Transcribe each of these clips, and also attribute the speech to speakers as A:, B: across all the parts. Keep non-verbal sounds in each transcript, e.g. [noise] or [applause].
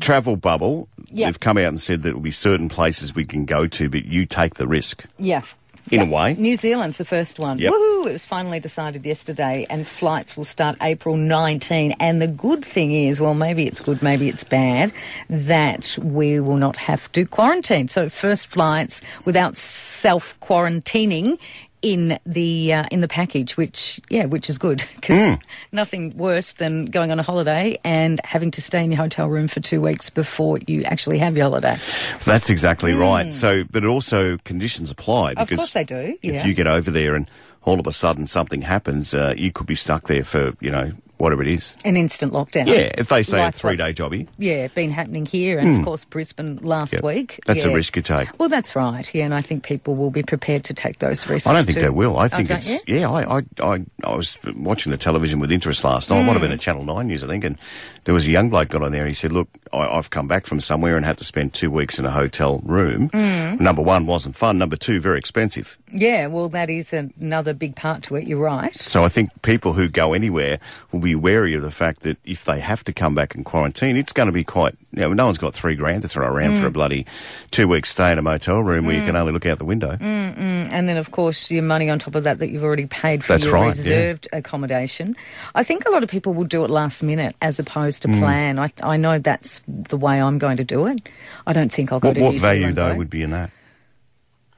A: travel bubble,
B: Yeah.
A: they've come out and said that it will be certain places we can go to, but you take the risk
B: Yeah.
A: in a way.
B: New Zealand's the first one.
A: Yep.
B: Woohoo! It was finally decided yesterday, and flights will start April 19. And the good thing is, well, maybe it's good, maybe it's bad, that we will not have to quarantine. So first flights without self quarantining in the uh, in the package, which yeah, which is good [laughs]
A: Hmm.
B: because nothing worse than going on a holiday and having to stay in your hotel room for two weeks before you actually have your holiday.
A: That's exactly right. So, but also conditions apply
B: Mm. Of
A: because
B: course they do,
A: If
B: yeah.
A: you get over there and all of a sudden something happens, uh, you could be stuck there for you know whatever it is.
B: An instant lockdown.
A: Yeah, if they say
B: Like
A: a three day
B: what's-
A: jobby,
B: yeah, been happening here and, of course, Brisbane last
A: Hmm. yeah,
B: week.
A: that's a
B: Yeah.
A: risk you take.
B: Well, that's right. Yeah, and I think people will be prepared to take those risks.
A: I don't think
B: too.
A: they will. I
B: Oh,
A: think
B: don't
A: it's
B: you?
A: yeah. I, I I I was watching the television with interest last night. It might have been
B: Hmm.
A: a Channel Nine news, I think. And there was a young bloke got on there. He said, "Look, I, I've come back from somewhere and had to spend two weeks in a hotel room.
B: Hmm.
A: Number one wasn't fun. Number two, very expensive.
B: Yeah, well, that is another big part to it. You're right.
A: So I think people who go anywhere will be wary of the fact that if they have to come back and quarantine, it's going to be quite. You know, no one's got three grand to throw around
B: Hmm.
A: for a bloody two week stay in a motel room where you can only look out the window.
B: Hmm. And then, of course, your money on top of that that you've already paid for
A: That's
B: your
A: right, yeah.
B: reserved accommodation. I think a lot of people will do it last minute as opposed
A: Hmm.
B: to plan. I, I know that's the way I'm going to do it. I don't think I'll go
A: What,
B: to
A: what
B: New
A: value
B: Zealand,
A: though would be in that?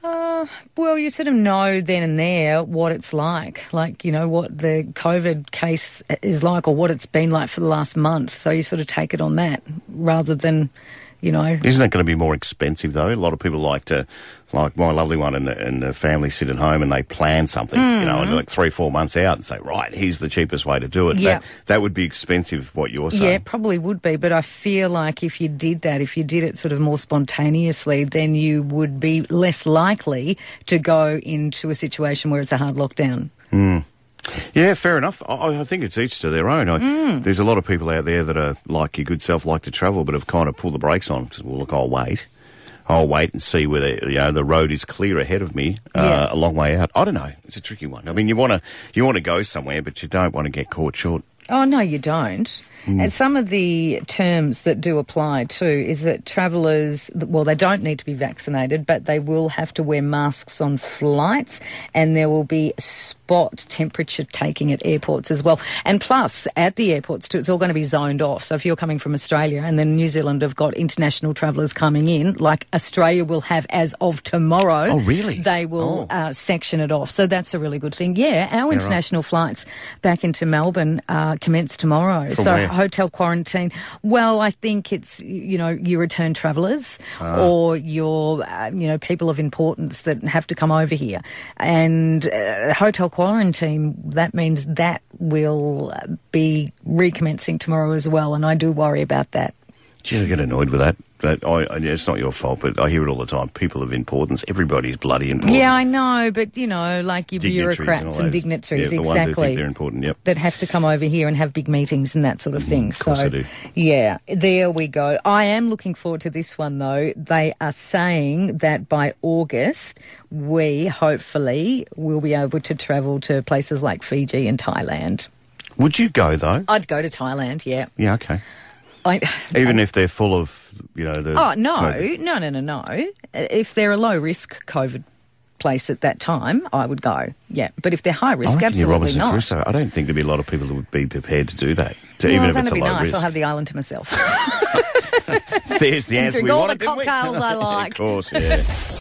B: Uh, well, you sort of know then and there what it's like, like, you know, what the COVID case is like or what it's been like for the last month. So you sort of take it on that rather than, you know.
A: Isn't that going to be more expensive though? A lot of people like to, like my lovely one and, and the family sit at home and they plan something, you know, and like three, four months out and say, right, here's the cheapest way to do it.
B: Mm. Yeah.
A: That, that would be expensive, what you're
B: Yeah,
A: saying.
B: probably would be, but I feel like if you did that, if you did it sort of more spontaneously, then you would be less likely to go into a situation where it's a hard lockdown.
A: Yeah, fair enough. I, I think it's each to their own. I,
B: Mm.
A: There's a lot of people out there that are like your good self, like to travel, but have kind of pulled the brakes on. Said, well, look, I'll wait. I'll wait and see whether you know the road is clear ahead of me. Uh,
B: Yeah.
A: A long way out. I don't know. It's a tricky one. I mean, you want to you want to go somewhere, but you don't want to get caught short.
B: Oh no, you don't.
A: Mm.
B: And some of the terms that do apply too is that travellers, well, they don't need to be vaccinated, but they will have to wear masks on flights, and there will be spot temperature taking at airports as well. And plus, at the airports too, it's all going to be zoned off. So if you're coming from Australia and then New Zealand have got international travellers coming in, like Australia will have as of tomorrow.
A: Oh, really?
B: They will
A: Oh.
B: uh, section it off. So that's a really good thing. Yeah, our international flights back into Melbourne uh, commence tomorrow.
A: From
B: so
A: where?
B: hotel quarantine. Well, I think it's you know your return travellers
A: Ah.
B: or your uh, you know people of importance that have to come over here, and uh, hotel quarantine. That means that will uh, be recommencing tomorrow as well. And I do worry about that.
A: Geez, I get annoyed with that. But I, I, it's not your fault, but I hear it all the time. People of importance, everybody's bloody important.
B: Yeah, I know, but you know, like your
A: Dignitaries
B: bureaucrats
A: all
B: and,
A: those.
B: dignitaries,
A: yeah, the
B: exactly.
A: ones who think they're important. Yep.
B: that have to come over here and have big meetings and that sort of thing.
A: Mm, course
B: so,
A: they do.
B: yeah, there we go. I am looking forward to this one though. They are saying that by August, we hopefully will be able to travel to places like Fiji and Thailand.
A: Would you go though?
B: I'd go to Thailand, yeah.
A: Yeah, okay.
B: I, [laughs]
A: Even if they're full of, you know, the.
B: oh, no,
A: COVID.
B: no, no, no, no. If they're a low risk COVID place at that time, I would go, yeah. But if they're high
A: I
B: risk,
A: reckon you're
B: absolutely
A: Robinson
B: not.
A: Crusoe. I don't think there'd be a lot of people that would be prepared to do that, to,
B: Well,
A: even if
B: that'd
A: it's a
B: be
A: low
B: nice.
A: risk.
B: I'll have the island to myself.
A: There's the answer.
B: [laughs] drink
A: we
B: all
A: wanted,
B: the
A: didn't we?
B: cocktails
A: [laughs]
B: I
A: of
B: like.
A: course, yeah.